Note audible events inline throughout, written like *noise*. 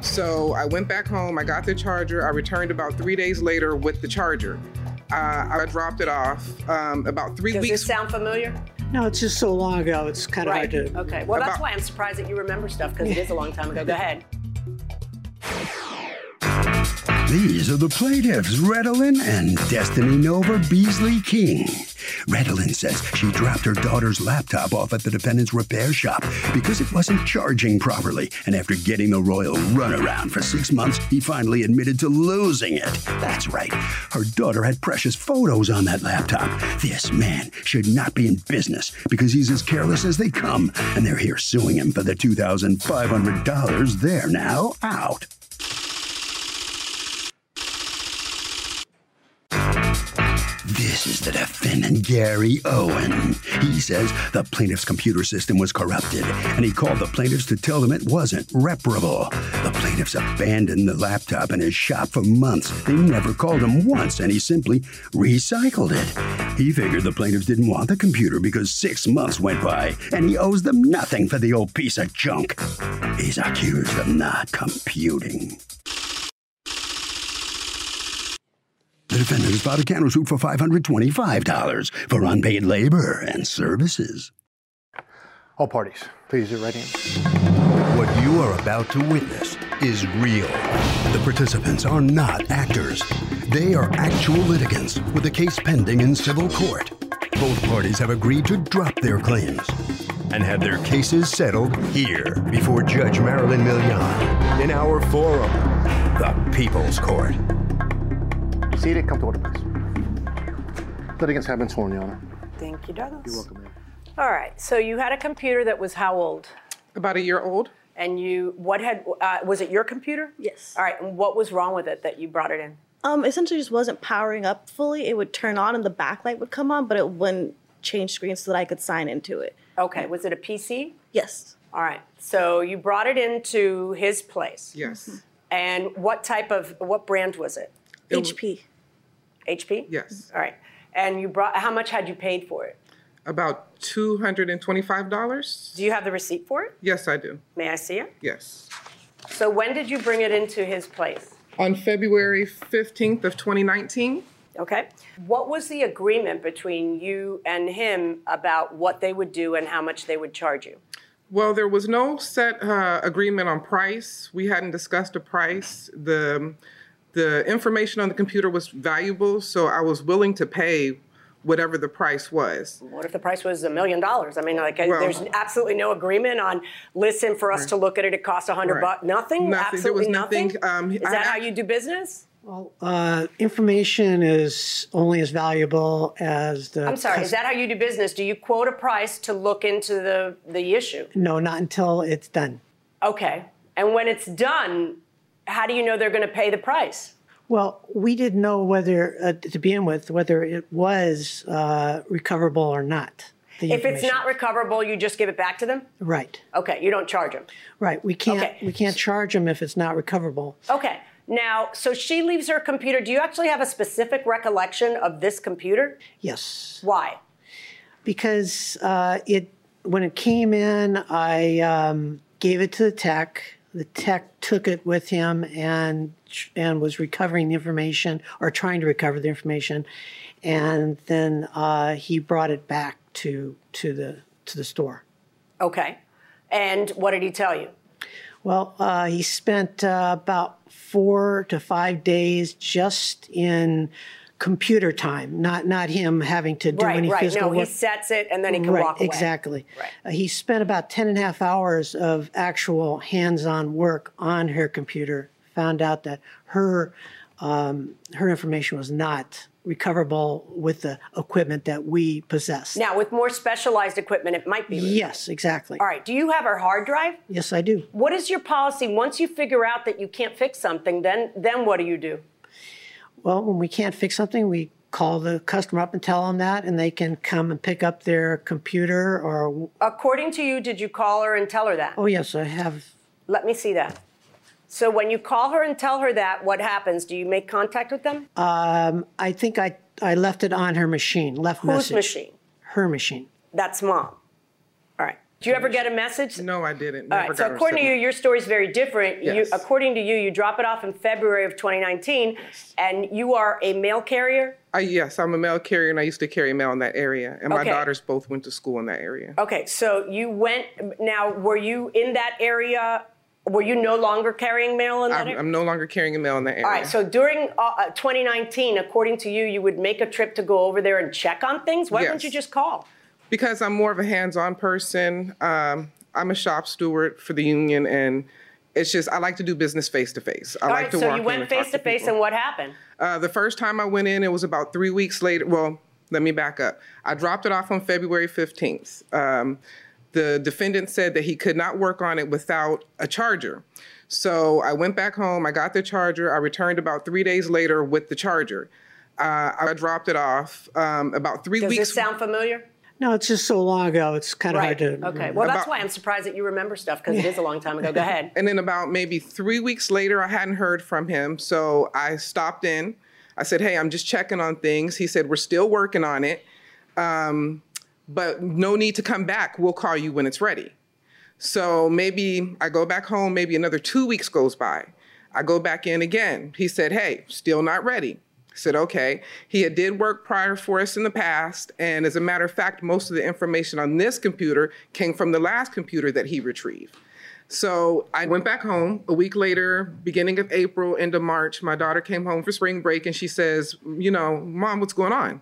So I went back home, I got the charger, I returned about three days later with the charger. Uh, I dropped it off um, about three Does weeks. this sound familiar? No, it's just so long ago, it's kind of hard Right. to. Okay. Well, that's About- why I'm surprised that you remember stuff because it is a long time *laughs* ago. Go ahead. These are the plaintiffs, Redolin and Destiny Nova Beasley King. Redolin says she dropped her daughter's laptop off at the defendant's repair shop because it wasn't charging properly. And after getting the royal runaround for six months, he finally admitted to losing it. That's right. Her daughter had precious photos on that laptop. This man should not be in business because he's as careless as they come. And they're here suing him for the $2,500. They're now out. This is the defendant, Gary Owen. He says the plaintiff's computer system was corrupted, and he called the plaintiffs to tell them it wasn't reparable. The plaintiffs abandoned the laptop in his shop for months. They never called him once, and he simply recycled it. He figured the plaintiffs didn't want the computer because six months went by, and he owes them nothing for the old piece of junk. He's accused of not computing. The defendant has filed a counter suit for $525 for unpaid labor and services. All parties, please do right in. What you are about to witness is real. The participants are not actors. They are actual litigants with a case pending in civil court. Both parties have agreed to drop their claims and have their cases settled here before Judge Marilyn Millian in our forum, the People's Court. Seated, come to order, please. Litigants have been sworn, Your Honor. Thank you, Douglas. You're welcome, ma'am. All right. So you had a computer that was how old? about a year old. And you, what had, uh, was it your computer? Yes. All right. And what was wrong with it that you brought it in? Um, essentially just wasn't powering up fully. It would turn on and the backlight would come on, but it wouldn't change screens so that I could sign into it. Okay. Was it a PC? Yes. All right. So you brought it into his place. Mm-hmm. Yes. And what type of, what brand was it? HP. HP? Yes. All right. And you brought, how much had you paid for it? About two hundred and twenty-five dollars. Do you have the receipt for it? Yes, I do. May I see it? Yes. So when did you bring it into his place? On February fifteenth of twenty nineteen. Okay. What was the agreement between you and him about what they would do and how much they would charge you? Well, there was no set uh, agreement on price. We hadn't discussed a price. The the information on the computer was valuable, so I was willing to pay whatever the price was. What if the price was a million dollars? I mean, like, I- Well- there's absolutely no agreement on. Listen, for us to look at it, it costs a hundred Right. bucks. Nothing. Nothing. There Absolutely was nothing, um, Is I- that I- how you do business? Well, uh, information is only as valuable as the. I'm sorry. Is that how you do business? Do you quote a price to look into the the issue? No, not until it's done. Okay. And when it's done, how do you know they're going to pay the price? Well, we didn't know whether, uh, to begin with, whether it was uh, recoverable or not. the If it's information. not recoverable, you just give it back to them. right, Okay. You don't charge them. right, we can't Okay. we can't charge them if it's not recoverable. Okay. Now, so she leaves her computer. Do you actually have a specific recollection of this computer? Yes, Why? because uh, it when it came in, I um, gave it to the tech. The tech took it with him and and was recovering the information or trying to recover the information, and then uh, he brought it back to to the to the store. Okay. And what did he tell you? Well, uh, he spent uh, about four to five days just in computer time, not not him having to do right, any right. physical No, he work. sets it and then he can right, walk away. exactly. Right. Uh, he spent about 10 and a half hours of actual hands-on work on her computer. Found out that her um, her information was not recoverable with the equipment that we possess. Now, with more specialized equipment, it might be. Yes, exactly. All right. Do you have her hard drive? Yes, I do. What is your policy? Once you figure out that you can't fix something, then then what do you do? Well, when we can't fix something, we call the customer up and tell them that, and they can come and pick up their computer or, According to you, did you call her and tell her that? oh, yes, I have. Let me see that. So when you call her and tell her that, what happens? Do you make contact with them? um, I think I, I left it on her machine, left Whose message. machine? Her machine. That's mom. All right. Do you ever get a message? No, I didn't. All Never right. So got a according to you, signal. your story's very different. Yes. You, according to you, you drop it off in February of 2019, and you are a mail carrier. I, yes, I'm a mail carrier and I used to carry mail in that area. And my Okay. daughters both went to school in that area. Okay. So you went. Now, were you in that area? Were you no longer carrying mail in that I'm, area? I'm no longer carrying a mail in that area. All right. So during uh, uh, 2019, according to you, you would make a trip to go over there and check on things. Why wouldn't Yes. you just call? because I'm more of a hands-on person. Um, I'm a shop steward for the union, and it's just I like to do business face to face. I All like right. to so walk you in went and talk face to face, people. and what happened? Uh, the first time I went in, it was about three weeks later. Well, let me back up. I dropped it off on February 15th. Um, the defendant said that he could not work on it without a charger. So I went back home, I got the charger, I returned about three days later with the charger. Uh, I dropped it off um, about three Does weeks. this sound familiar? No, it's just so long ago, it's kind of Right. hard to. Okay. Well, that's About- why I'm surprised that you remember stuff because it *laughs* is a long time ago. Go ahead. And then about maybe three weeks later, I hadn't heard from him. So I stopped in. I said, Hey, I'm just checking on things. He said, We're still working on it, um, but no need to come back. We'll call you when it's ready. So maybe I go back home, maybe another two weeks goes by. I go back in again. He said, Hey, still not ready. I said, Okay. He had did work prior for us in the past. And as a matter of fact, most of the information on this computer came from the last computer that he retrieved. So I went back home a week later, beginning of April, end of March. My daughter came home for spring break and she says, You know, mom, what's going on?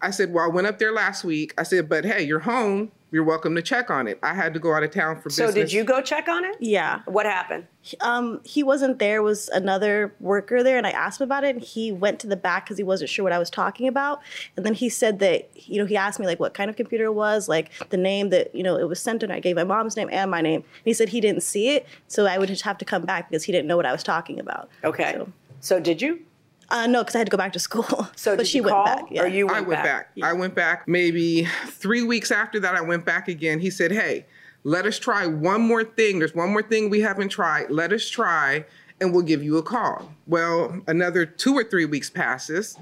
I said, Well, I went up there last week. I said, But hey, you're home. You're welcome to check on it. I had to go out of town for So business. did you go check on it? Yeah. What happened? Um, he wasn't there. Was another worker there, and I asked him about it, and he went to the back because he wasn't sure what I was talking about. And then he said that you know he asked me like what kind of computer it was, like the name that you know it was sent, and I gave my mom's name and my name. And he said he didn't see it, so I would just have to come back because he didn't know what I was talking about. Okay. So, So, did you? uh, no, because I had to go back to school. So *laughs* but did she you went call, back. Yeah. Or you went, I went back. I went back maybe three weeks after that. I went back again. He said, Hey, let us try one more thing. There's one more thing we haven't tried. Let us try, and we'll give you a call. Well, another two or three weeks passes.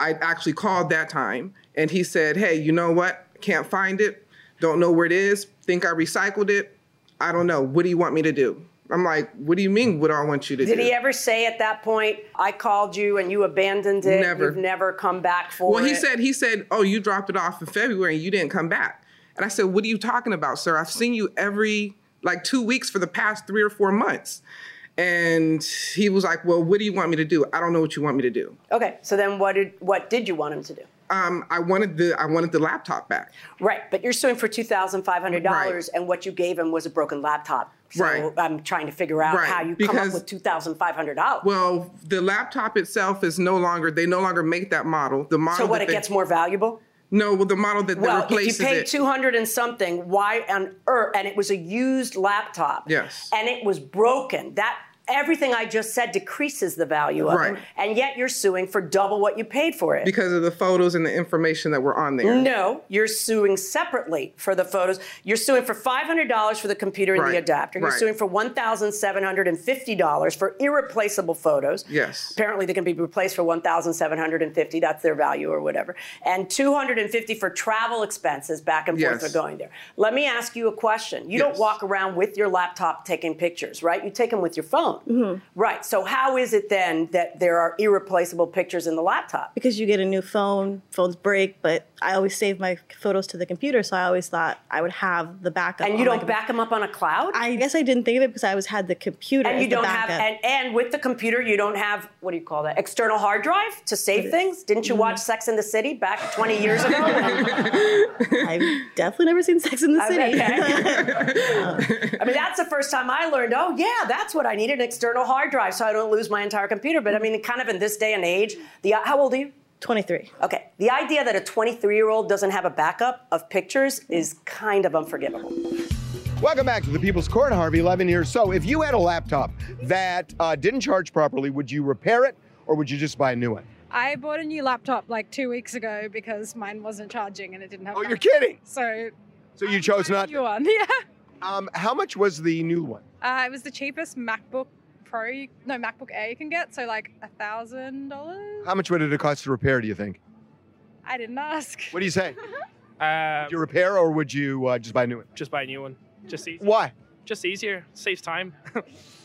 I actually called that time, and he said, Hey, you know what? Can't find it. Don't know where it is. Think I recycled it. I don't know. What do you want me to do? I'm like, What do you mean, what do I want you to do? Did he ever say at that point, I called you and you abandoned it? Never. You've never come back for Well, he it? said he said, "Oh, you dropped it off in February and you didn't come back." And I said, "What are you talking about, sir? I've seen you every like 2 weeks for the past 3 or 4 months." And he was like, "Well, what do you want me to do? I don't know what you want me to do." Okay. So then what did what did you want him to do? Um, I wanted the I wanted the laptop back. Right. But you're suing for two thousand five hundred dollars Right. and what you gave him was a broken laptop. So Right. I'm trying to figure out Right, how you come up because- with two thousand five hundred dollars. Well, the laptop itself is no longer they no longer make that model. The so model what that it they- gets more valuable? No, well, the model that Well, that replaces if you paid it. two hundred and something, why on earth? And it was a used laptop. Yes. And it was broken. That everything I just said decreases the value of it. Right. And yet you're suing for double what you paid for it. because of the photos and the information that were on there. no, you're suing separately for the photos. You're suing for $500 for the computer and the Right, adapter. You're right. suing for $1,750 for irreplaceable photos. Yes. Apparently they can be replaced for 1,750. That's their value or whatever. And 250 for travel expenses back and forth for Yes. going there. Let me ask you a question. You don't Yes. walk around with your laptop taking pictures, right? You take them with your phone. mm-hmm. Right. So how is it then that there are irreplaceable pictures in the laptop? because you get a new phone, phones break, but I always save my photos to the computer, so I always thought I would have the backup. And on you my don't back them up on a cloud? I guess I didn't think of it because I always had the computer. and as you the don't have backup. and, and with the computer you don't have what do you call that external hard drive to save things didn't you Mm-hmm. watch sex in the city back 20 years *laughs* ago I've *laughs* definitely never seen Sex in the City. i mean that's the first time i learned oh yeah that's what i need an external hard drive so i don't lose my entire computer but i mean kind of in this day and age the how old are you 23. Okay, the idea that a 23 year old doesn't have a backup of pictures is kind of unforgivable. Welcome back to the People's Court, Harvey Levin here. So, if you had a laptop that uh, didn't charge properly, would you repair it or would you just buy a new one? I bought a new laptop like two weeks ago because mine wasn't charging and it didn't have. Oh, you're battery. kidding! So So you chose not. you one, *laughs* yeah. Um, how much was the new one? Uh, it was the cheapest MacBook Pro, you- no MacBook Air you can get, so like a thousand dollars. How much would it have cost to repair? Do you think? I didn't ask. What do you *laughs* say? Uh, Would you repair or would you uh, just buy a new one? just buy a new one. Just easy. Why? Just easier. Saves time.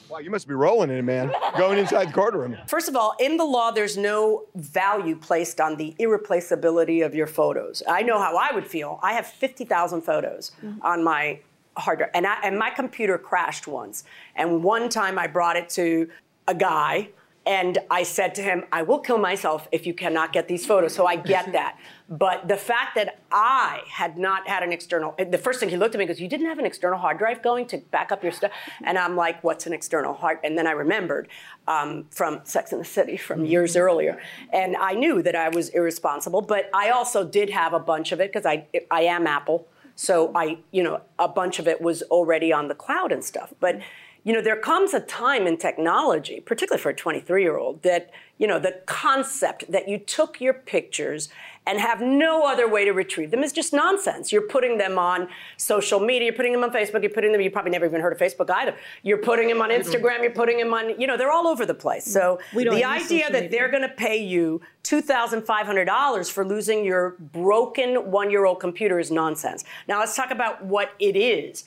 Wow, you must be rolling in, it, man. Going inside the courtroom. First of all, in the law, there's no value placed on the irreplaceability of your photos. I know how I would feel. I have 50,000 photos on my hard drive, and, I, and my computer crashed once. And one time I brought it to a guy, and I said to him, I will kill myself if you cannot get these photos. So I get that. But the fact that I had not had an external, the first thing he looked at me and goes, You didn't have an external hard drive going to back up your stuff? And I'm like, What's an external hard? And then I remembered um, from Sex and the City from years earlier. And I knew that I was irresponsible, but I also did have a bunch of it because I, I am Apple. So I, you know, a bunch of it was already on the cloud and stuff. But, you know, there comes a time in technology, particularly for a 23 year old, that, you know, the concept that you took your pictures and have no other way to retrieve them is just nonsense. You're putting them on social media, you're putting them on Facebook, you're putting them, you probably never even heard of Facebook either. You're putting them on Instagram, you're putting them on, you know, they're all over the place. So We don't the use idea social that they're going to pay you $2,500 for losing your broken one year old computer is nonsense. Now, let's talk about what it is.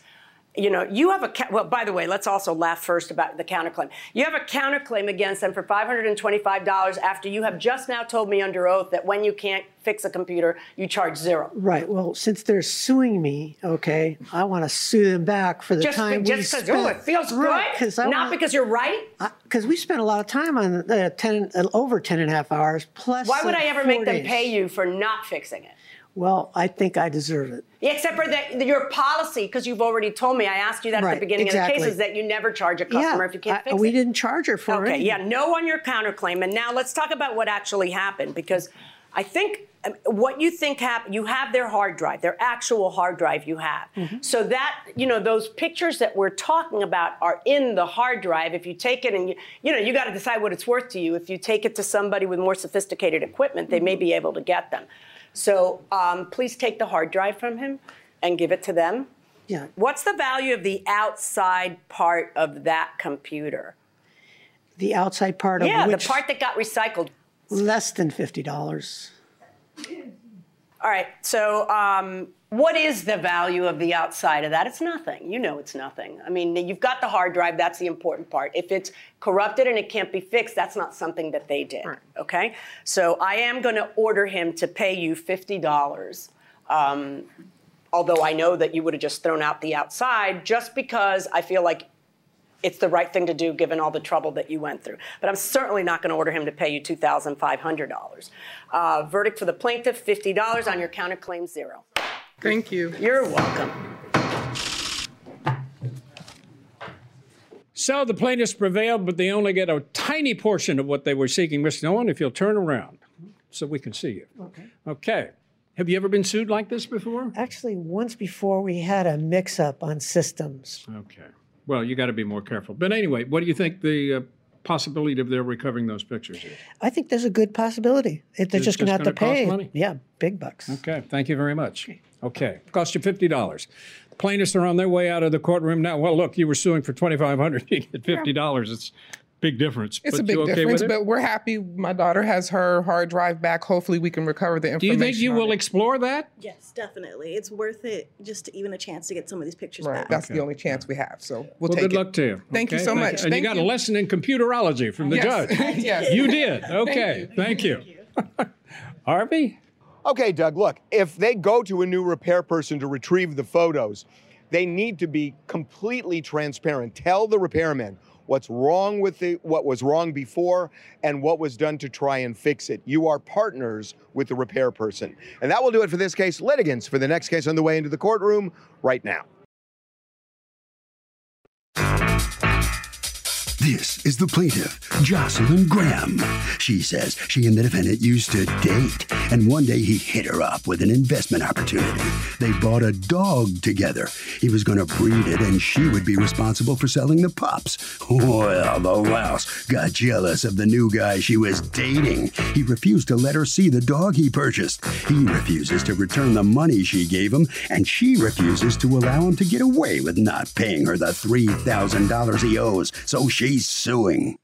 You know, you have a, ca- well, by the way, let's also laugh first about the counterclaim. You have a counterclaim against them for $525 after you have just now told me under oath that when you can't fix a computer, you charge zero. Right. Well, since they're suing me, okay, I want to sue them back for the Just time we because, spent. oh, it feels Right, good. 'cause I Not wanna- because you're right. because we spent a lot of time on the uh, ten uh, over ten and a half hours plus. Why would the I ever four make them days. pay you for not fixing it? Well, I think I deserve it. Yeah, Except for that, your policy, because you've already told me, I asked you that at Right, the beginning of the exactly. case, is that you never charge a customer yeah, if you can't I- fix we it. didn't charge her for it. Okay, yeah, no on your counterclaim. And now let's talk about what actually happened because I think um, what you think happened, you have their hard drive, their actual hard drive you have. So that, you know, those pictures that we're talking about are in the hard drive. If you take it and, you, you know, you got to decide what it's worth to you. If you take it to somebody with more sophisticated equipment, they may be able to get them. So um, please take the hard drive from him and give it to them. Yeah. What's the value of the outside part of that computer? The outside part of Yeah, which the part that got recycled. less than fifty dollars. All right, so um, what is the value of the outside of that? It's nothing. You know it's nothing. I mean, you've got the hard drive, that's the important part. If it's corrupted and it can't be fixed, that's not something that they did. Okay? So I am going to order him to pay you $50. Um, although I know that you would have just thrown out the outside, just because I feel like it's the right thing to do given all the trouble that you went through. But I'm certainly not going to order him to pay you $2,500. Uh, verdict for the plaintiff $50 on your counterclaim, zero. Thank you. You're welcome. So the plaintiffs prevailed, but they only get a tiny portion of what they were seeking. Mr. Nolan, if you'll turn around so we can see you. Okay. Okay. Have you ever been sued like this before? Actually, once before we had a mix-up on systems. Okay. Well, you got to be more careful. But anyway, what do you think the uh, possibility of their recovering those pictures is? I think there's a good possibility. It, they're It's just going to just have to gonna cost pay. money. Yeah, big bucks. Okay, thank you very much. Okay, cost you fifty dollars. Plaintiffs are on their way out of the courtroom now. Well, look, you were suing for twenty five hundred. You get fifty dollars. *laughs* It's a big difference. It's but a big you okay difference, with it? but we're happy. My daughter has her hard drive back. Hopefully, we can recover the do information. you think you on will it. explore that? *laughs* Yes, definitely. It's worth it just to even a chance to get some of these pictures Right, back. that's the only chance we have. So we'll, Well, take good it. luck to you. Thank you okay? so much. And you Thank got a you. lesson in computerology from the Yes. judge. *laughs* *laughs* yes. You did. Okay, thank you. *laughs* Harvey? Okay, Doug, look, if they go to a new repair person to retrieve the photos, they need to be completely transparent. Tell the repairman what's wrong with the what was wrong before and what was done to try and fix it. You are partners with the repair person. And that will do it for this case. Litigants for the next case on the way into the courtroom right now. This is the plaintiff, Jocelyn Graham. She says she and the defendant used to date, and one day he hit her up with an investment opportunity. They bought a dog together. He was going to breed it, and she would be responsible for selling the pups. *laughs* Well, the louse got jealous of the new guy she was dating. He refused to let her see the dog he purchased. He refuses to return the money she gave him, and she refuses to allow him to get away with not paying her the $3,000 he owes, so she's suing.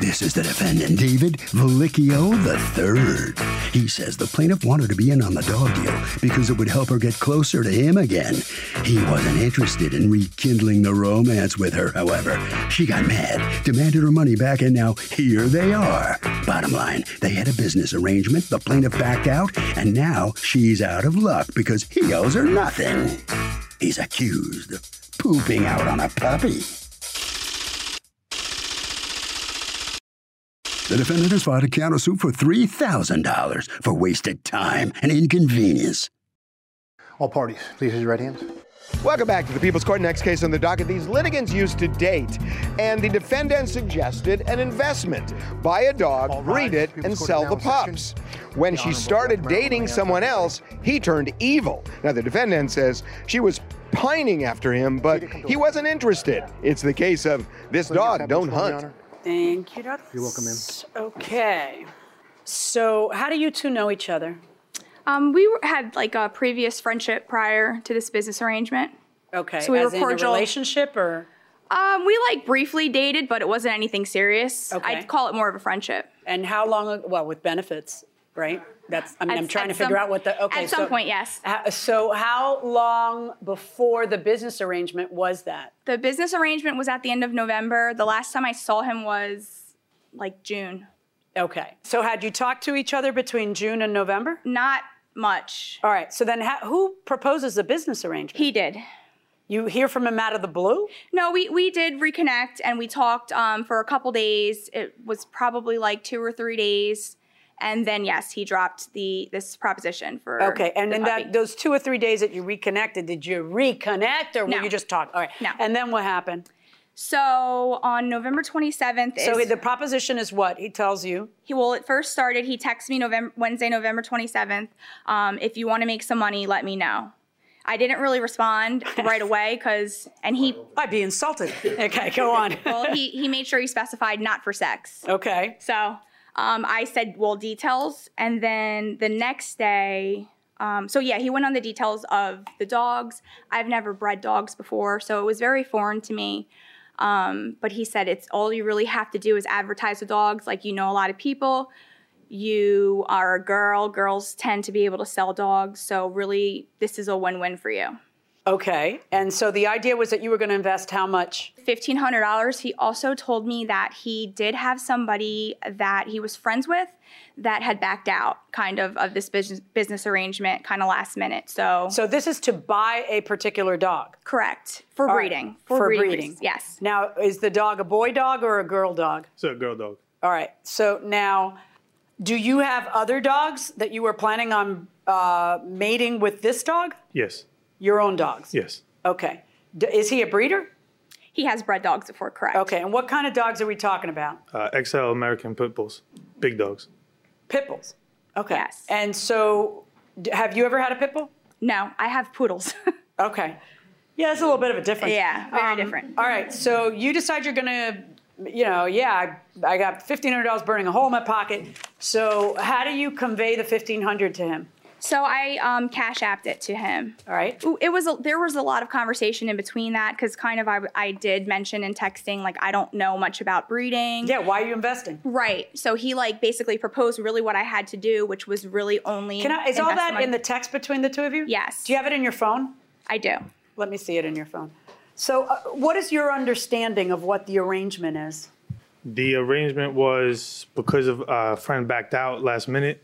This is the defendant, David Velicchio III. He says the plaintiff wanted to be in on the dog deal because it would help her get closer to him again. He wasn't interested in rekindling the romance with her, however. She got mad, demanded her money back, and now here they are. Bottom line, they had a business arrangement, the plaintiff backed out, and now she's out of luck because he owes her nothing. He's accused of pooping out on a puppy. The defendant has filed a countersuit for $3,000 for wasted time and inconvenience. All parties, please raise your right hands. Welcome back to the People's Court. Next case on the docket. These litigants used to date, and the defendant suggested an investment buy a dog, breed it, and sell the pups. When she started dating someone else, he turned evil. Now, the defendant says she was pining after him, but he wasn't interested. It's the case of this dog, don't hunt. Thank you, Doug. You're welcome in. Okay. So, how do you two know each other? Um, we were- had like a previous friendship prior to this business arrangement. Okay. So we as were in cordial. a relationship or? Um, we like briefly dated, but it wasn't anything serious. Okay. I'd call it more of a friendship. And how long? ag- Well, with benefits, right? That's. I mean, At- I'm trying at to figure some- out what the. Okay. at some so- point, yes. ho- So, how long before the business arrangement was that? The business arrangement was at the end of November. The last time I saw him was like June. Okay. So, had you talked to each other between June and November? Not much. All right. So then, ha- who proposes the business arrangement? He did. You hear from him out of the blue? No, we, we did reconnect and we talked um, for a couple days. It was probably like two or three days. And then yes, he dropped the this proposition for Okay, and the in puppy. that those two or three days that you reconnected, did you reconnect or No. were you just talking? All right. No. And then what happened? So on November 27th, So is, the proposition is what he tells you. he well it first started. He texted me November Wednesday, November 27th. Um, if you want to make some money, let me know. I didn't *laughs* really respond right away because and he I'd be insulted. Okay, go on. well he he made sure he specified not for sex. Okay. So um, I said, well, details. And then the next day, um, so yeah, he went on the details of the dogs. I've never bred dogs before, so it was very foreign to me. Um, but he said, it's all you really have to do is advertise the dogs. Like, you know, a lot of people. You are a girl, girls tend to be able to sell dogs. So, really, this is a win win for you. Okay. And so the idea was that you were going to invest how much? $1,500. He also told me that he did have somebody that he was friends with that had backed out kind of of this business, business arrangement kind of last minute. So, So this is to buy a particular dog. correct. For All right, breeding. for breeding. breeding. reasons, Yes. Now, is the dog a boy dog or a girl dog? So girl dog. All right. So now, do you have other dogs that you were planning on uh, mating with this dog? Yes. Your own dogs? Yes. Okay. D- is he a breeder? He has bred dogs before, correct. Okay. And what kind of dogs are we talking about? Uh, XL American pit bulls, big dogs. Pit bulls. Okay. Yes. And so, d- have you ever had a pit bull? No, I have poodles. *laughs* okay. Yeah, it's a little bit of a difference. Yeah, very Um, different. All right. So you decide you're gonna, you know, yeah, I, I got fifteen hundred dollars burning a hole in my pocket. So how do you convey the fifteen hundred to him? So I um, cash apped it to him. All right. Ooh, it was a, there was a lot of conversation in between that because kind of I, I did mention in texting like I don't know much about breeding. Yeah. Why are you investing? Right. So he like basically proposed really what I had to do, which was really only. Can I? Is all invest that money- in the text between the two of you? Yes. Do you have it in your phone? I do. Let me see it in your phone. So, uh, what is your understanding of what the arrangement is? The arrangement was because of a friend backed out last minute.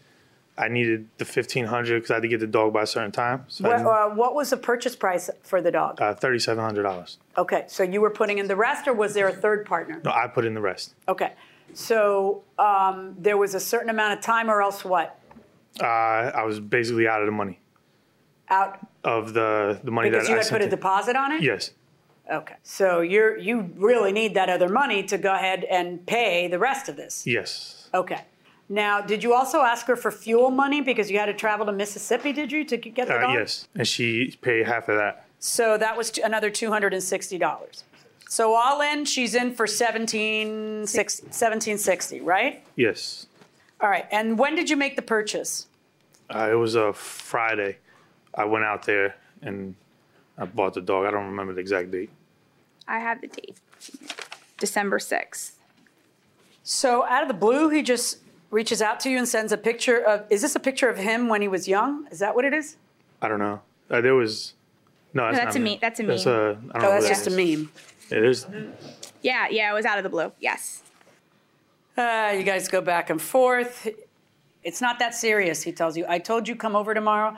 I needed the fifteen hundred because I had to get the dog by a certain time. So uh, What, uh, what was the purchase price for the dog? thirty-seven hundred dollars. Okay, so you were putting in the rest, or was there a third partner? No, I put in the rest. Okay, so um, there was a certain amount of time, or else what? Uh, I was basically out of the money Out of the the money because that you I had sent put a in. deposit on it. Yes. Okay. So you're you really need that other money to go ahead and pay the rest of this. Yes. Okay. Now, did you also ask her for fuel money because you had to travel to Mississippi? Did you to get the Uh, dog? yes. And she paid half of that. So that was t- another two hundred and sixty dollars. So all in, she's in for seventeen six seventeen sixty, right? Yes. All right. And when did you make the purchase? Uh, it was a Friday. I went out there and I bought the dog. I don't remember the exact date. I have the date, December sixth. So out of the blue, he just reaches out to you and sends a picture of. Is this a picture of him when he was young? Is that what it is? I don't know. Uh, there was no. That's, No, that's not a me- that's a That's meme. a. I don't Oh, know that's what just that a is. meme. Yeah, there's Yeah, yeah, it was out of the blue. Yes. Uh, you guys go back and forth. It's not that serious, he tells you. I told you come over tomorrow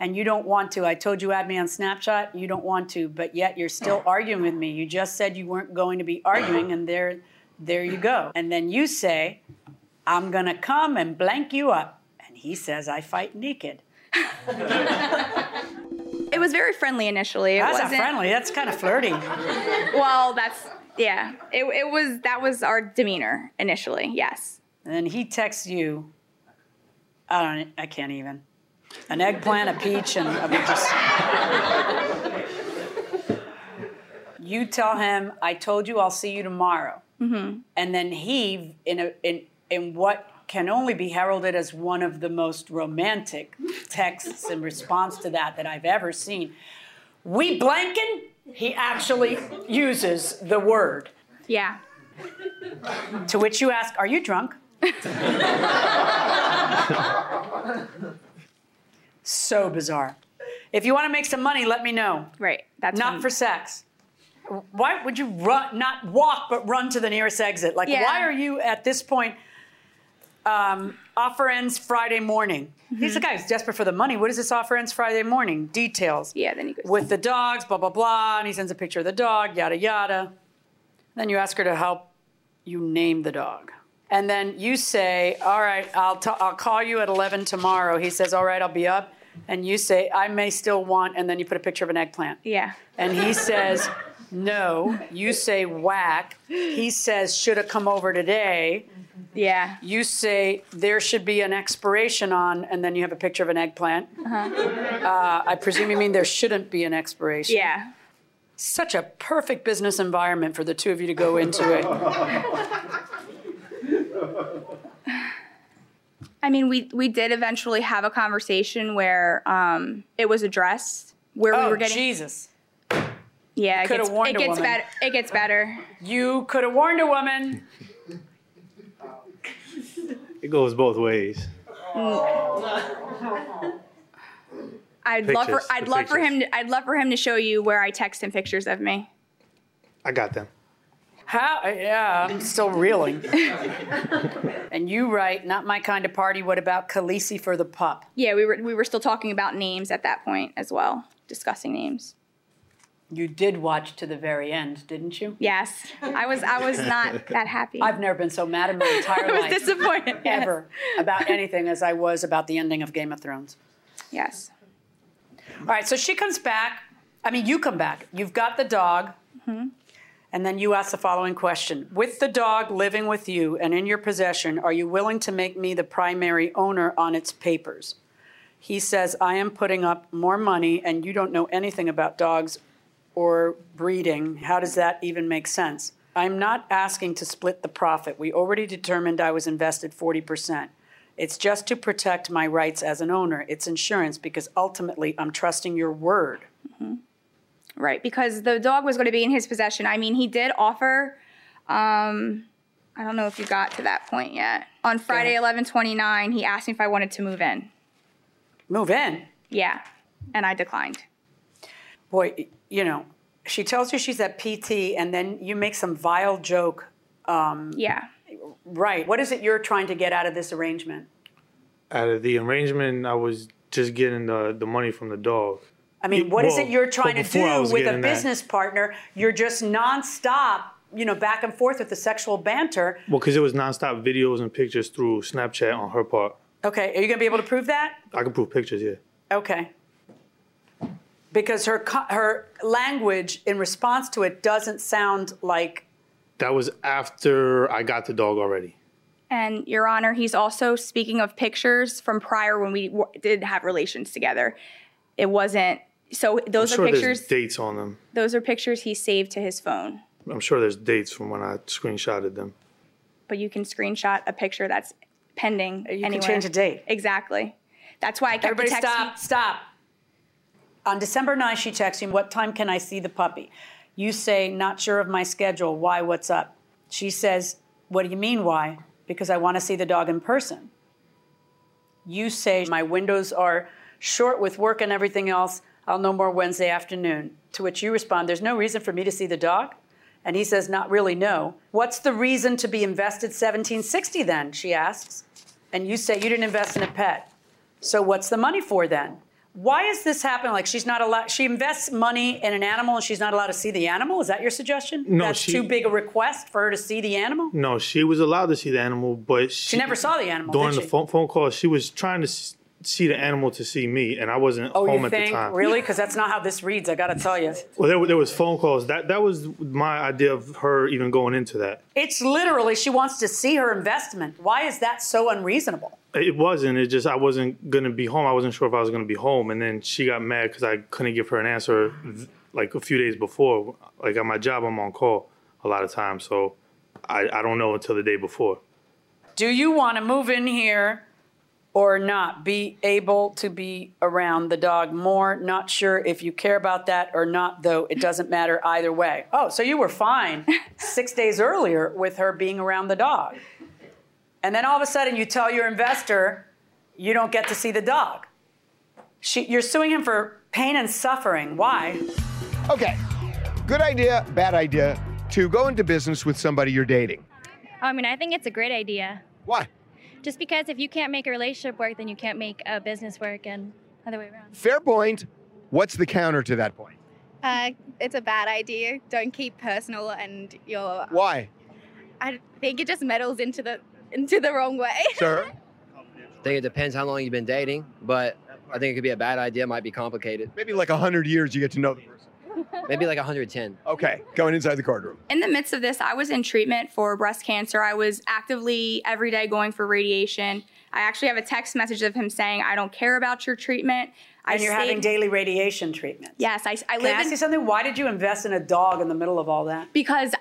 and you don't want to. I told you add me on Snapchat, you don't want to, but yet you're still Oh. arguing with me. You just said you weren't going to be arguing and there there you go. And then you say, I'm going to come and blank you up. And he says I fight naked. It was very friendly initially. It That's not wasn't friendly. That's kind of flirty. Well, that's yeah. It, it was that was our demeanor initially. Yes. And then he texts you. I don't I can't even. An eggplant, a peach and I mean, just *laughs* you tell him i told you i'll see you tomorrow Mm-hmm. and then he in a in in what can only be heralded as one of the most romantic texts in response to that that i've ever seen we blanking he actually uses the word yeah to which you ask are you drunk *laughs* so bizarre if you want to make some money let me know right that's not when- for sex why would you run, not walk, but run to the nearest exit? Like, Yeah. why are you at this point? Um, offer ends Friday morning. He's Mm-hmm. the guy who's desperate for the money. What is this offer ends Friday morning? Details. Yeah, then he goes with the dogs, blah blah blah, and he sends a picture of the dog, yada yada. Then you ask her to help you name the dog, and then you say, "All right, I'll t- I'll call you at 11 tomorrow." He says, "All right, I'll be up," and you say, "I may still want," and then you put a picture of an eggplant. Yeah. And he says, No. You say whack. He says, Should have come over today. Yeah. You say, There should be an expiration on, and then you have a picture of an eggplant. Uh-huh. Uh, I presume you mean there shouldn't be an expiration. Yeah. Such a perfect business environment for the two of you to go into it. I mean, we we did eventually have a conversation where um it was addressed where we Oh, were getting Jesus. Yeah, it Coulda gets, warned it a gets woman. better. It gets better. You could have warned a woman. it goes both ways. I'd love for Pictures, I'd the love for him to, I'd love for him to show you where I text him pictures of me. I got them. How? Yeah, I'm still *laughs* reeling. and you write, Not my kind of party. What about Khaleesi for the pup? Yeah, we were we were still talking about names at that point as well, discussing names. You did watch to the very end, didn't you? Yes, I was I *laughs* was not that happy. I've never been so mad in *laughs* my entire I was life. disappointed, yes. ever about anything as I was about the ending of Game of Thrones. Yes. All right, so she comes back. I mean, you come back. You've got the dog, hmm and then you ask the following question: With the dog living with you and in your possession, are you willing to make me the primary owner on its papers? He says, "I am putting up more money, and you don't know anything about dogs or breeding. How does that even make sense? I'm not asking to split the profit. We already determined I was invested 40%. It's just to protect my rights as an owner. It's insurance because ultimately I'm trusting your word. Right, because the dog was going to be in his possession. I mean, he did offer. Um, I don't know if you got to that point yet. On Friday, eleven twenty nine, he asked me if I wanted to move in. Move in. Yeah, and I declined. Boy, you know, she tells you she's at PT and then you make some vile joke. Um, yeah. Right. What is it you're trying to get out of this arrangement? Out of the arrangement, I was just getting the, the money from the dog. I mean, what is it you're trying to do with a business? business partner? You're just nonstop, you know, back and forth with the sexual banter. Well, because it was nonstop videos and pictures through Snapchat on her part. Okay, are you going to be able to prove that? I can prove pictures, yeah. Okay. because her co- her language in response to it doesn't sound like That was after I got the dog already. And Your Honor, he's also speaking of pictures from prior when we w- did have relations together. It wasn't so. Those I'm sure are there's pictures. dates on them. Those are pictures he saved to his phone. I'm sure there's dates from when I screenshotted them. But you can screenshot a picture that's pending. You can change a date. Exactly. That's why I kept Everybody the text stop, stop. On December 9th, she texts him, What time can I see the puppy? You say, Not sure of my schedule. Why? What's up? She says, What do you mean, why? Because I want to see the dog in person. You say, My windows are short with work and everything else. I'll know more Wednesday afternoon. To which you respond, There's no reason for me to see the dog. And he says, Not really, no. What's the reason to be invested 1760 then? She asks. And you say, You didn't invest in a pet. So what's the money for then? Why is this happening? Like she's not allowed. She invests money in an animal, and she's not allowed to see the animal. Is that your suggestion? No, that's she- too big a request for her to see the animal. No, she was allowed to see the animal, but she, She never saw the animal. during did the she? phone, phone call. She was trying to s- see the animal to see me, and I wasn't Oh, home you at the think time. really? Because that's not how this reads. I gotta tell you, Well, there, were- there was phone calls. That that was my idea of her even going into that. it's literally she wants to see her investment. Why is that so unreasonable? It wasn't. It just I wasn't gonna be home. I wasn't sure if I was gonna be home, and then she got mad because I couldn't give her an answer th- like a few days before. Like at my job, I'm on call a lot of times, so I, I don't know until the day before. Do you want to move in here or not? Be able to be around the dog more. Not sure if you care about that or not, though. It doesn't matter either way. Oh, so you were *laughs* fine six days earlier with her being around the dog. And then all of a sudden you tell your investor you don't get to see the dog. She, you're suing him for pain and suffering. Why? Okay. Good idea, bad idea to go into business with somebody you're dating. I mean, I think it's a great idea. Why? Just because if you can't make a relationship work, then you can't make a business work, and other way around. Fair point. What's the counter to that point? Uh, it's a bad idea. Don't keep personal and your. Why? I think it just meddles into the into the wrong way. Sir? I think it depends how long you've been dating, but I think it could be a bad idea, might be complicated. Maybe like 100 years you get to know the person. Maybe like 110. Okay, going inside the courtroom. In the midst of this, I was in treatment for breast cancer. I was actively every day going for radiation. I actually have a text message of him saying, "I don't care about your treatment." I And you're having stayed- daily radiation treatment. Yes, I, I Can live I ask in you something? Why did you invest in a dog in the middle of all that? because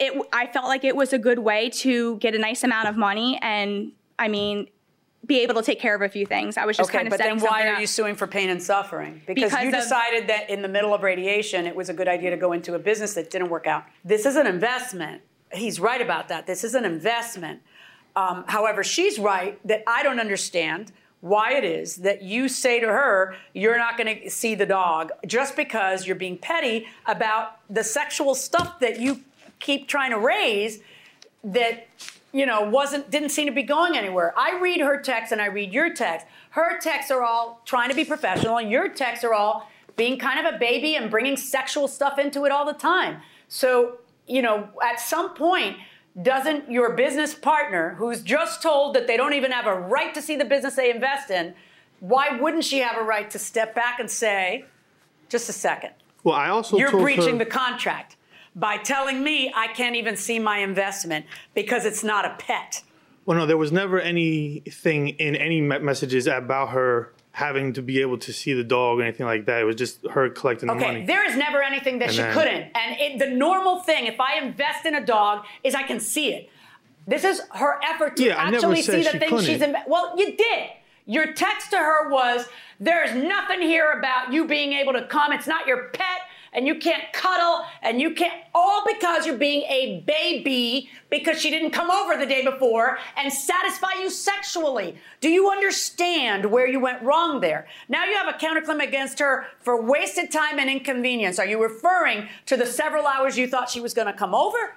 it I felt like it was a good way to get a nice amount of money and I mean be able to take care of a few things. I was just okay, kind of but setting then why something are up. you suing for pain and suffering? Because, Because you of- decided that in the middle of radiation, it was a good idea to go into a business that didn't work out. This is an investment. He's right about that. This is an investment. Um, however, she's right that I don't understand why it is that you say to her, you're not going to see the dog just because you're being petty about the sexual stuff that you keep trying to raise that you know wasn't didn't seem to be going anywhere. I read her text and I read your text. Her texts are all trying to be professional, and your texts are all being kind of a baby and bringing sexual stuff into it all the time. So you know, at some point. Doesn't your business partner, who's just told that they don't even have a right to see the business they invest in, why wouldn't she have a right to step back and say, just a second, Well, I also you're told breaching her- the contract by telling me I can't even see my investment because it's not a pet. Well, no, there was never anything in any me- messages about her having to be able to see the dog or anything like that. It was just her collecting the okay, money. there is never anything that And she then- couldn't. And it, the normal thing, if I invest in a dog, is I can see it. This is her effort to Yeah, I never actually see said the she thing she's couldn't. inve- Well, you did. Your text to her was, "There's nothing here about you being able to come. It's not your pet." And you can't cuddle, and you can't, all because you're being a baby because she didn't come over the day before and satisfy you sexually. Do you understand where you went wrong there? Now you have a counterclaim against her for wasted time and inconvenience. Are you referring to the several hours you thought she was gonna come over?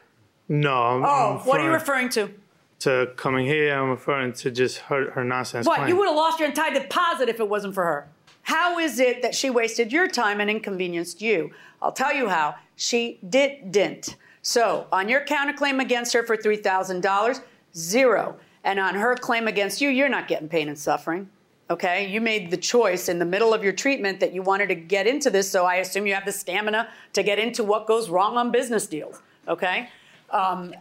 no. I'm, Oh, I'm what are you referring to? to coming here? I'm referring to just her, her nonsense. What? claim. You would have lost your entire deposit if it wasn't for her. How is it that she wasted your time and inconvenienced you? I'll tell you how. She didn't. So, on your counterclaim against her for $3,000, zero. And on her claim against you, you're not getting pain and suffering. Okay, you made the choice in the middle of your treatment that you wanted to get into this, so I assume you have the stamina to get into what goes wrong on business deals. Okay, um,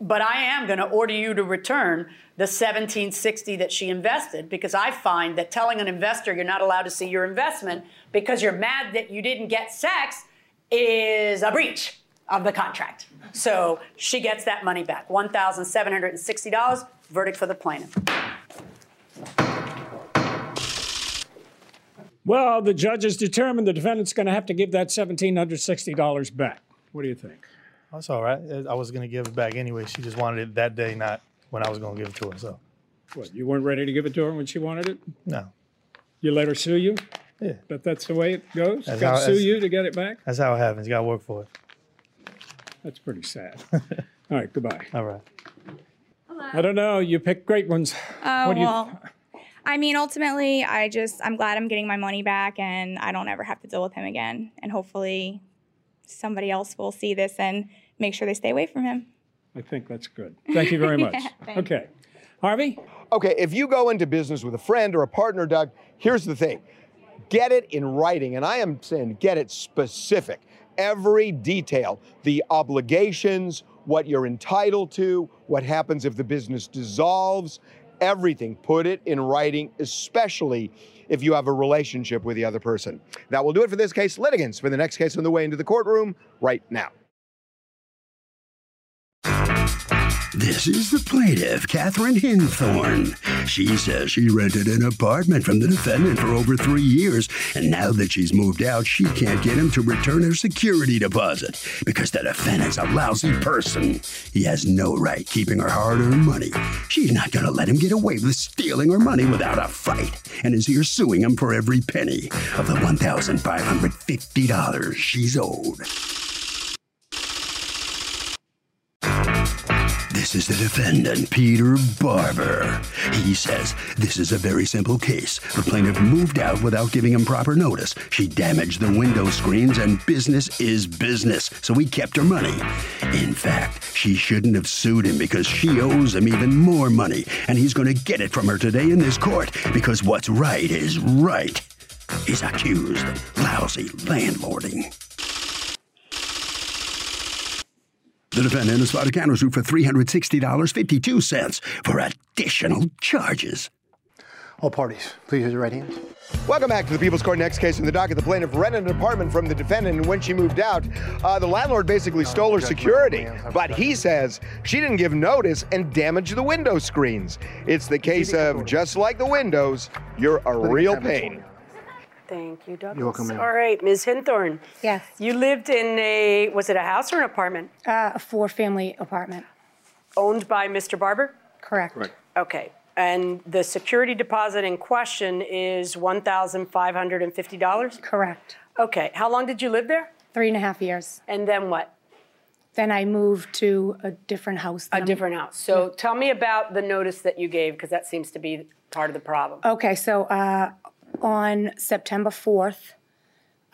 but I am going to order you to return the 1760 that she invested because I find that telling an investor you're not allowed to see your investment because you're mad that you didn't get sex is a breach of the contract. So she gets that money back, $1,760. Verdict for the plaintiff. Well, the judge has determined the defendant's going to have to give that $1,760 back. What do you think? That's Oh, all right. I was gonna give it back anyway. She just wanted it that day, not when I was gonna give it to her. So What, you weren't ready to give it to her when she wanted it? No. You let her sue you? Yeah. But that's the way it goes? That's Got how- to sue that's- you to get it back? that's how it happens. You gotta work for it. That's pretty sad. All right, goodbye. All right. *laughs* I don't know. You picked great ones. Oh What do you- well. I mean, ultimately, I just I'm glad I'm getting my money back, and I don't ever have to deal with him again. And hopefully, somebody else will see this and make sure they stay away from him. I think that's good. Thank *laughs* you very much. Yeah, thanks. okay. Harvey? Okay, if you go into business with a friend or a partner, Doug, here's the thing get it in writing. And I am saying get it specific. Every detail, the obligations, what you're entitled to, what happens if the business dissolves, everything. Put it in writing, especially if you have a relationship with the other person. That will do it for this case. Litigants for the next case on the way into the courtroom right now. This is the plaintiff, Catherine Hinthorne. She says she rented an apartment from the defendant for over three years, and now that she's moved out, she can't get him to return her security deposit because the defendant's a lousy person. He has no right keeping her hard earned money. She's not going to let him get away with stealing her money without a fight, and is here suing him for every penny of the $1,550 she's owed. This is the defendant, Peter Barber. He says this is a very simple case. The plaintiff moved out without giving him proper notice. She damaged the window screens, and business is business, so he kept her money. In fact, she shouldn't have sued him because she owes him even more money, and he's going to get it from her today in this court because what's right is right. He's accused of lousy landlording. The defendant has filed a countersuit for $360.52 for additional charges. All parties, please raise your right hands. Welcome back to the People's Court. Next case in the docket, the plaintiff rented an apartment from the defendant, and when she moved out, uh, the landlord basically stole her security. But he says she didn't give notice and damaged the window screens. It's the case of just like the windows, you're a real pain. Thank you, Douglas. You're welcome, ma'am. All right, Ms. Hinthorn. Yes. You lived in a, was it a house or an apartment? Uh, a four-family apartment. Owned by Mr. Barber? Correct. Okay. And the security deposit in question is $1,550? Correct. Okay. How long did you live there? Three and a half years. And then what? Then I moved to a different house. A different house. So tell me about the notice that you gave, because that seems to be part of the problem. Okay, so uh, on September 4th,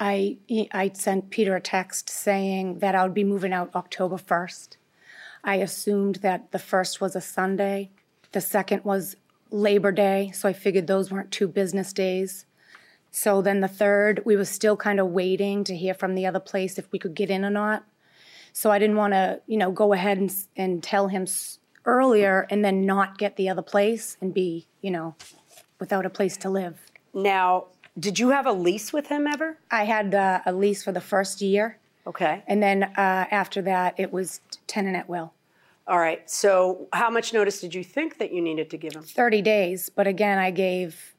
I I sent Peter a text saying that I would be moving out October 1st. I assumed that the first was a Sunday, the second was Labor Day, so I figured those weren't two business days. So then the third, we were still kind of waiting to hear from the other place if we could get in or not. So I didn't want to, you know, go ahead and s- and tell him s- earlier and then not get the other place and be, you know, without a place to live. Now, did you have a lease with him ever? I had uh, a lease for the first year. Okay. And then uh, after that, it was tenant at will. All right. So how much notice did you think that you needed to give him? 30 days. But again, I gave,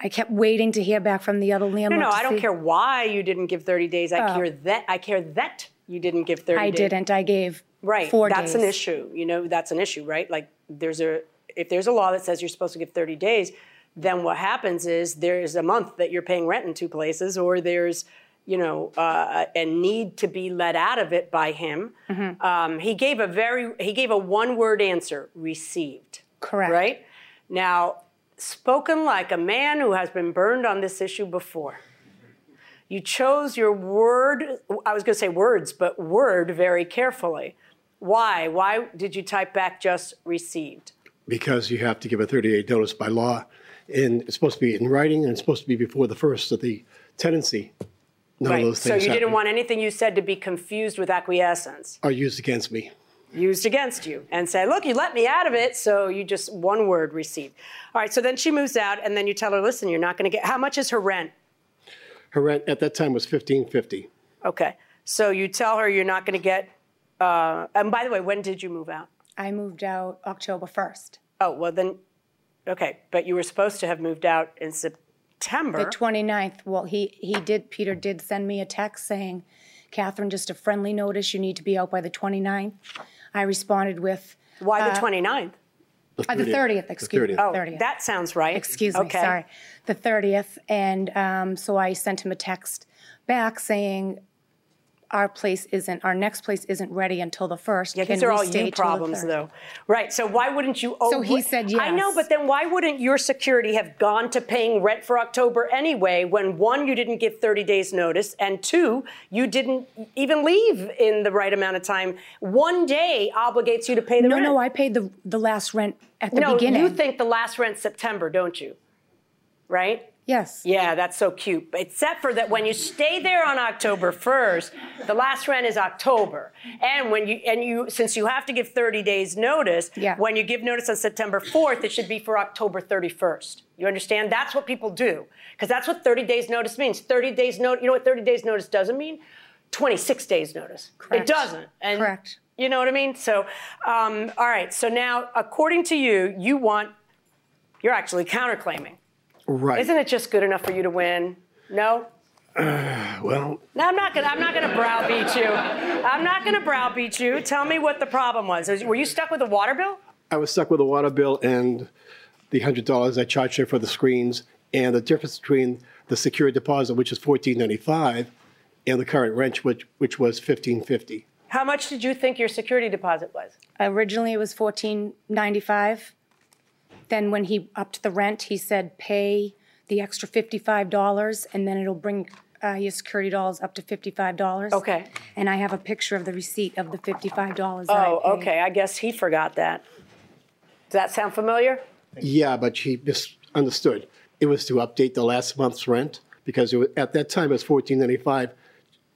I kept waiting to hear back from the other No, landlord. no, to I don't see- care why you didn't give 30 days. I Oh. care that I care that you didn't give 30 I days. didn't. I gave Right. four that's an days. issue. You know, that's an issue, right? Like there's a if there's a law that says you're supposed to give 30 days, then what happens is there's a month that you're paying rent in two places or there's, you know, uh, a need to be let out of it by him. Mhm. Um, he gave a very he gave a one word answer, received. Correct. Right? Now, spoken like a man who has been burned on this issue before. You chose your word, I was going to say words, but word very carefully. Why? Why did you type back just received? because you have to give a 30-day notice by law. and it's supposed to be in writing, and it's supposed to be before the first of the tenancy. None right. of those so things you didn't happened. want anything you said to be confused with acquiescence are used against me. used against you and say, look, you let me out of it, so you just one word received. All right, so then she moves out, and then you tell her, listen, you're not going to get how much is her rent? Her rent at that time was fifteen fifty. Okay, so you tell her you're not going to get. Uh, and by the way, when did you move out? I moved out October 1st. Oh well, then, okay, but you were supposed to have moved out in September. The 29th, well, he, he did, Peter did send me a text saying, Catherine, just a friendly notice, you need to be out by the 29th. I responded with. Why the uh, 29th? Uh, The 30th, excuse me. Oh, 30th. that sounds right. Excuse me, Okay. sorry. The 30th, and um, so I sent him a text back saying, our place isn't, our next place isn't ready until the 1st. Yeah, Can these are we all stay you till the problems, 30th?" though. Right. So why wouldn't you? Oh, So he said I know, yes. but then why wouldn't your security have gone to paying rent for October anyway? When one, you didn't give 30 days notice, and two, you didn't even leave in the right amount of time. One day obligates you to pay the No, rent. no, I paid the, the last rent at the no, beginning. you think the last rent's September, don't you? Right. Yes. Yeah, that's so cute. Except for that, when you stay there on October 1st, the last rent is October, and when you and you since you have to give 30 days notice, Yeah. when you give notice on September 4th, it should be for October 31st. You understand? That's what people do because that's what 30 days notice means. 30 days notice. You know what 30 days notice doesn't mean? 26 days notice. It Correct. doesn't. And Correct. You know what I mean? So, um, all right. So now, according to you, you want you're actually counterclaiming. Right. Isn't it just good enough for you to win? No? well, No, I'm not gonna I'm not gonna browbeat you. I'm not gonna browbeat you. Tell me what the problem was. Is- Were you stuck with a water bill? I was stuck with a water bill and the hundred dollars I charged her for the screens, and the difference between the secure deposit, which is fourteen ninety five, and the current rent, which which was fifteen fifty. How much did you think your security deposit was? Originally, it was fourteen ninety five. Then when he upped the rent, he said pay the extra fifty five dollars, and then it'll bring uh, your security dollars up to fifty five dollars. Okay. And I have a picture of the receipt of the fifty five dollars. Oh, okay. I guess he forgot that. Does that sound familiar? Yeah, but she misunderstood. It was to update the last month's rent because it was, at that time it was fourteen ninety five,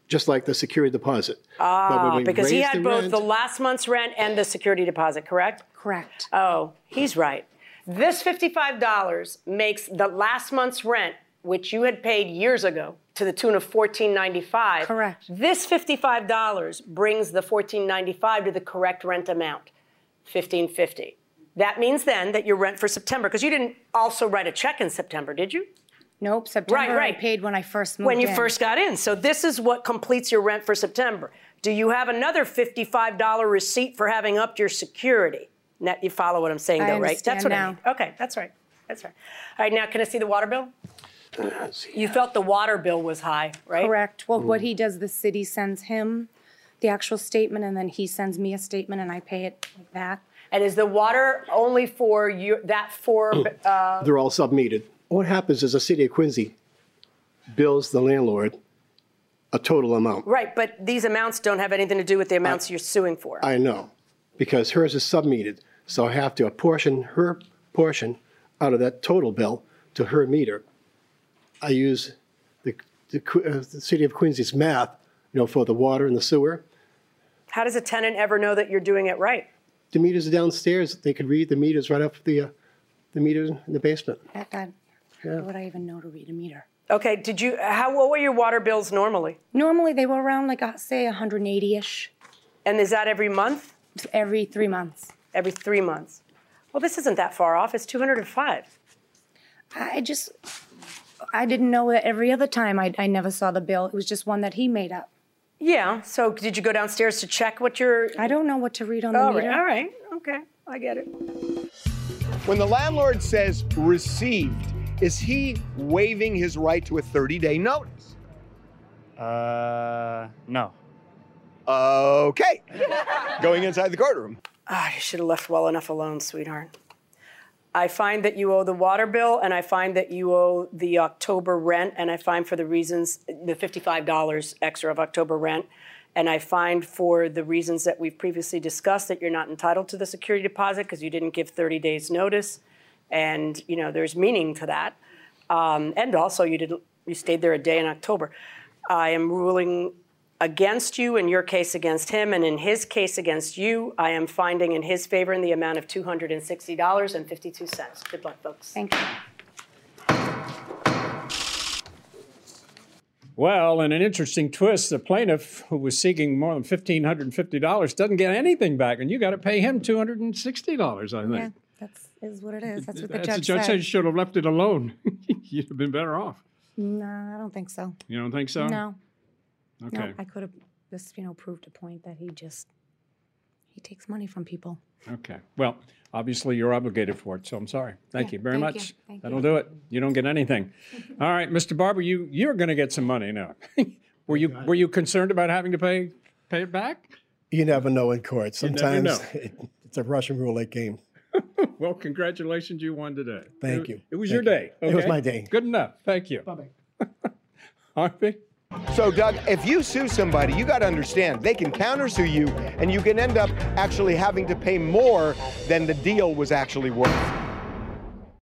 just like the security deposit. But when Ah, we because he raised had the both rent- the last month's rent and the security deposit, correct? Correct. Oh, he's right. This $55 makes the last month's rent, which you had paid years ago to the tune of $14.95. Correct. This $55 brings the $14.95 to the correct rent amount, $15.50. That means then that your rent for September, because you didn't also write a check in September, did you? Nope. September. I right. paid when I first moved. when you in. first got in. So this is what completes your rent for September. Do you have another $55 receipt for having upped your security? Now, you follow what I'm saying, I though, right? That's what understand I need. Okay, that's right. That's right. All right, now can I see the water bill? Uh, see. You felt the water bill was high, right? Correct. Well, what he does, the city sends him the actual statement, and then he sends me a statement, and I pay it like that. And is the water only for you, that Mm. for, *clears throat* uh, They're all submeted. What happens is the city of Quincy bills the landlord a total amount. right, but these amounts don't have anything to do with the amounts you're suing for. I know, because hers is submetered, so I have to apportion her portion out of that total bill to her meter. I use the, the, Qu- uh, the city of Quincy's math, you know, for the water and the sewer. How does a tenant ever know that you're doing it right? The meters are downstairs, they could read the meters right off the, uh, the meter in the basement. That, that would I even know to read a meter? Okay, did you, how, what were your water bills normally? Normally, they were around like, uh, say, 180-ish And is that every month? every three months. Every three months. Well, this isn't that far off. It's 205. I just, I didn't know that every other time I, I never saw the bill. It was just one that he made up. Yeah. So did you go downstairs to check what your? I don't know what to read on the All right, meter. all right. Okay. I get it. When the landlord says received, is he waiving his right to a 30 day notice? Uh, no. *laughs* Okay. Going inside the courtroom. Ah, you should have left well enough alone, sweetheart. I find that you owe the water bill, and I find that you owe the October rent, and I find for the reasons the fifty-five dollars extra of October rent, and I find for the reasons that we've previously discussed that you're not entitled to the security deposit because you didn't give thirty days notice, and you know there's meaning to that. Um, and also, you did you stayed there a day in October. I am ruling against you in your case against him, and in his case against you. I am finding in his favor in the amount of two hundred and sixty dollars and fifty two cents. Good luck, folks. Thank you. Well, in an interesting twist, the plaintiff who was seeking more than fifteen hundred and fifty dollars doesn't get anything back, and you got to pay him two hundred and sixty dollars. I think Yeah, that's is what it is. That's what the That's- judge, said. said. you should have left it alone. *laughs* You'd have been better off. No, I don't think so. You don't think so? No. No, Okay. I could have this, you know, proved a point that he just he takes money from people. Okay. Well, obviously you're obligated for it, so I'm sorry. Thank Yeah, you very thank much. you, thank That'll you. do it. You don't *laughs* get anything. All right, Mr. Barber, you you're going to get some money now. *laughs* were you were you concerned about having to pay pay it back? You never know in court. You never Sometimes *laughs* know. it, it's a Russian roulette game. well, congratulations, you won today. Thank It- you. It was Thank your day. you. It was okay? my day. Good enough. Thank you. Bye-bye. Harvey? So, Doug, if you sue somebody, you got to understand they can countersue you, and you can end up actually having to pay more than the deal was actually worth.